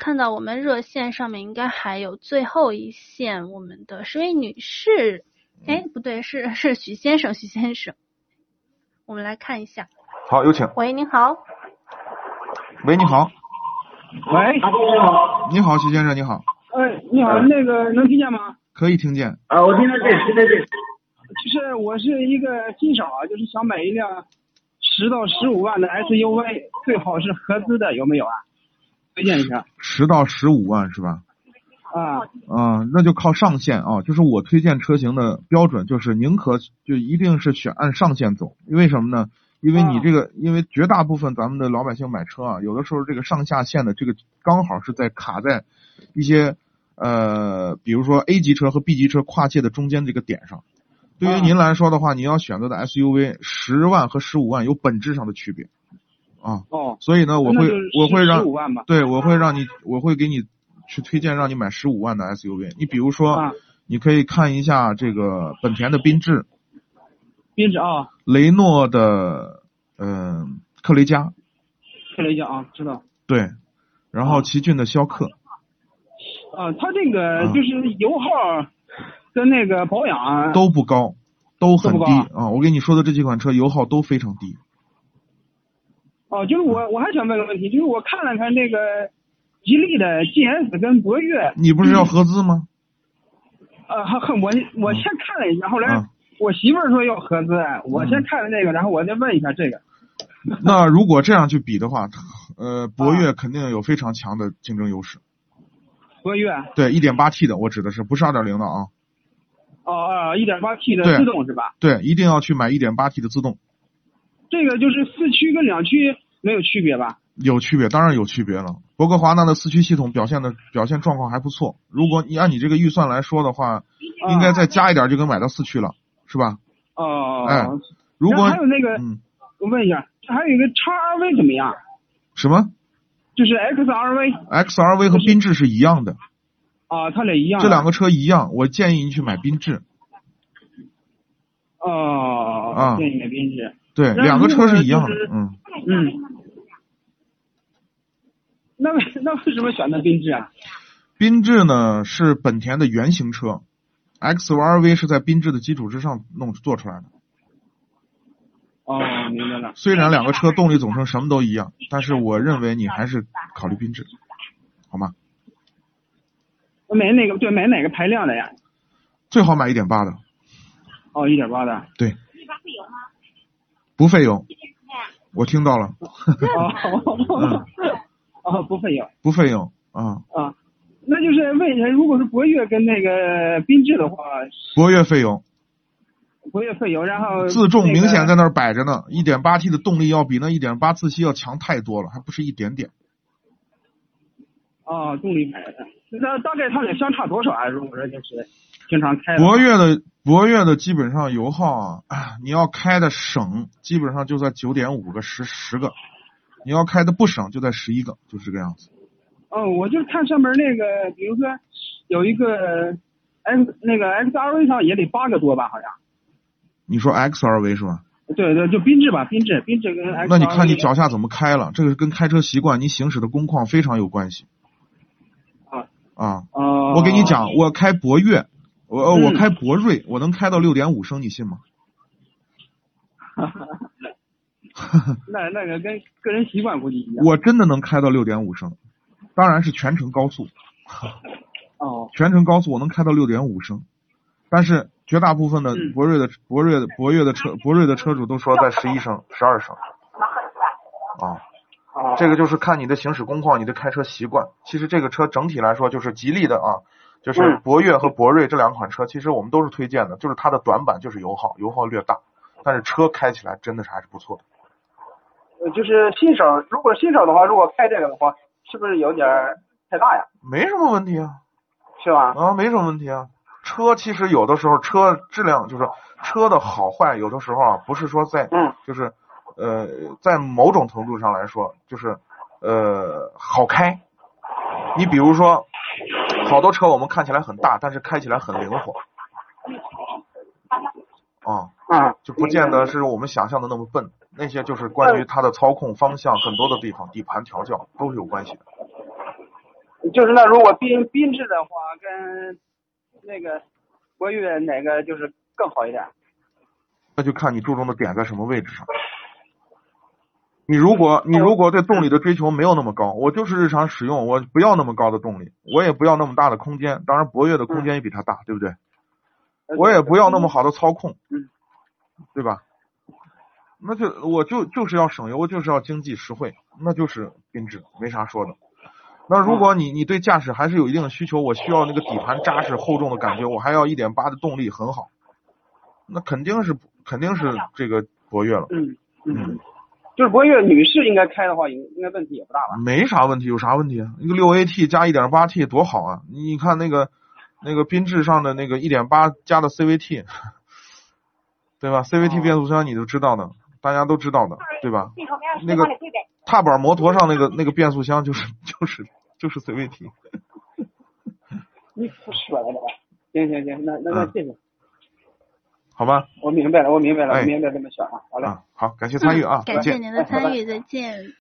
看到我们热线上面应该还有最后一线，我们的是位女士，哎，不对，是是许先生，许先生，我们来看一下。好，有请。喂，您好，喂，你好，喂，你好，徐先生，你好，呃，你嗯好，那个能听见吗？可以听见。啊，我听到这，听到这。就是我是一个新手啊，就是想买一辆十到十五万的 SUV，最好是合资的，有没有啊？推荐一下十到十五万是吧？啊。啊、那就靠上限啊，就是我推荐车型的标准，就是宁可就一定是选按上限走，因为什么呢？因为你这个，因为绝大部分咱们的老百姓买车啊，有的时候这个上下限的这个刚好是在卡在一些呃，比如说 A 级车和 B 级车跨界的中间这个点上。对于您来说的话，您要选择的 SUV 十万和十五万有本质上的区别啊，哦，所以呢，我会我会让十五万吧。对，我会让你，我会给你去推荐，让你买十五万的 SUV。你比如说，啊，你可以看一下这个本田的缤智、缤智啊，雷诺的呃克雷嘉，克雷嘉啊，知道。对，然后奇骏的逍客，啊，它这个啊就是油耗跟那个保养都不高，都很都不低高啊啊。我跟你说的这几款车油耗都非常低。哦，就是我我还想问个问题，就是我看了看那个吉利的 GS 跟博越，你不是嗯要合资吗？呃，还还我我先看了一下，后来啊我媳妇儿说要合资，我嗯先看了那个，然后我再问一下这个。那如果这样去比的话，呃，博啊越肯定有非常强的竞争优势。博越，对，一点八 T 的，我指的是不是二点零的啊？哦哦，一点八 T 的对自动是吧？对，一定要去买一点八 T 的自动。这个就是四驱跟两驱没有区别吧？有区别，当然有区别了。博格华纳的四驱系统表现的表现状况还不错。如果你按你这个预算来说的话，啊应该再加一点就能买到四驱了，是吧？哦。哎如然后果还有那个，嗯我问一下，这还有一个 XRV 怎么样？什么就是 XRV XRV 和缤智是一样的，啊，它俩一样。这两个车一样，我建议你去买缤智。哦，啊对，改编制。对，那两个车是一样的如果就，是嗯，嗯。那为 那为什么选的缤智啊？缤智呢是本田的原型车，XRV 是在缤智的基础之上弄做出来的。哦，明白了。虽然两个车动力总成什么都一样，但是我认为你还是考虑缤智，好吗？我买那个对，买哪个排量的呀？最好买一点八的，哦，一点八的。不费油。我听到了，哦，哦，不费油不费油啊，啊。那就是问一下，如果是博越跟那个缤智的话，博越费油，博越呃费油，然后自重那个明显在那儿摆着呢，一点八 T 的动力要比那一点八自吸要强太多了，还不是一点点。哦，动力排的。那大概它俩相差多少啊？如果说就是经常开的话博越的博越的基本上油耗啊，哎你要开的省，基本上就在九点五个十十个，你要开的不省就在十一个，就是这个样子。哦，我就看上面那个，比如说有一个 X 那个 XRV 上也得八个多吧，好像。你说 XRV 是吧？对对，就缤智吧，缤智，缤智跟 XRV。那你看你脚下怎么开了，这个跟开车习惯、你行驶的工况非常有关系。啊啊，哦。我跟你讲，我开博越，我、呃嗯我开博瑞，我能开到六点五升，你信吗？那那个跟个人习惯估计一样。我真的能开到六点五升，当然是全程高速，哦全程高速我能开到六点五升，但是绝大部分的嗯博瑞的博瑞的博越的车博瑞的车主都说在十一升、十二升。啊，哦。这个就是看你的行驶工况、你的开车习惯。其实这个车整体来说就是吉利的啊，就是嗯博越和博瑞这两款车，其实我们都是推荐的，就是它的短板就是油耗，油耗略大，但是车开起来真的是还是不错的。呃就是新手，如果新手的话，如果开这个的话，是不是有点儿太大呀？没什么问题啊，是吧？啊，没什么问题啊。车其实有的时候车质量就是车的好坏，有的时候啊不是说在嗯就是呃在某种程度上来说就是呃好开。你比如说，好多车我们看起来很大，但是开起来很灵活。啊、啊，就不见得是我们想象的那么笨。那些就是关于它的操控方向很多的地方，底盘调教都是有关系的。就是那如果缤缤智的话，跟那个博越哪个就是更好一点？那就看你注重的点在什么位置上。你如果你如果对动力的追求没有那么高，我就是日常使用，我不要那么高的动力，我也不要那么大的空间，当然博越的空间也比它大，对不对？我也不要那么好的操控，嗯对吧？那就我就就是要省油，就是要经济实惠，那就是缤智，没啥说的。那如果你你对驾驶还是有一定的需求，我需要那个底盘扎实厚重的感觉，我还要一点八的动力很好，那肯定是肯定是这个博越了，嗯嗯，就是博越女士应该开的话，应应该问题也不大吧？没啥问题，有啥问题啊？一个六 AT 加一点八 T 多好啊！你看那个那个缤智上的那个一点八加的 CVT，对吧？CVT 哦变速箱你都知道的，大家都知道的，对吧？系统要那个踏板摩托上那个那个变速箱就是 就是就是 CVT，你不说了吧？行行行，那那那嗯谢谢，好吧？我明白了，我明白了，哎我明白这么想啊，好嘞。啊，好，感谢参与啊，感再谢见。您的参与，再见。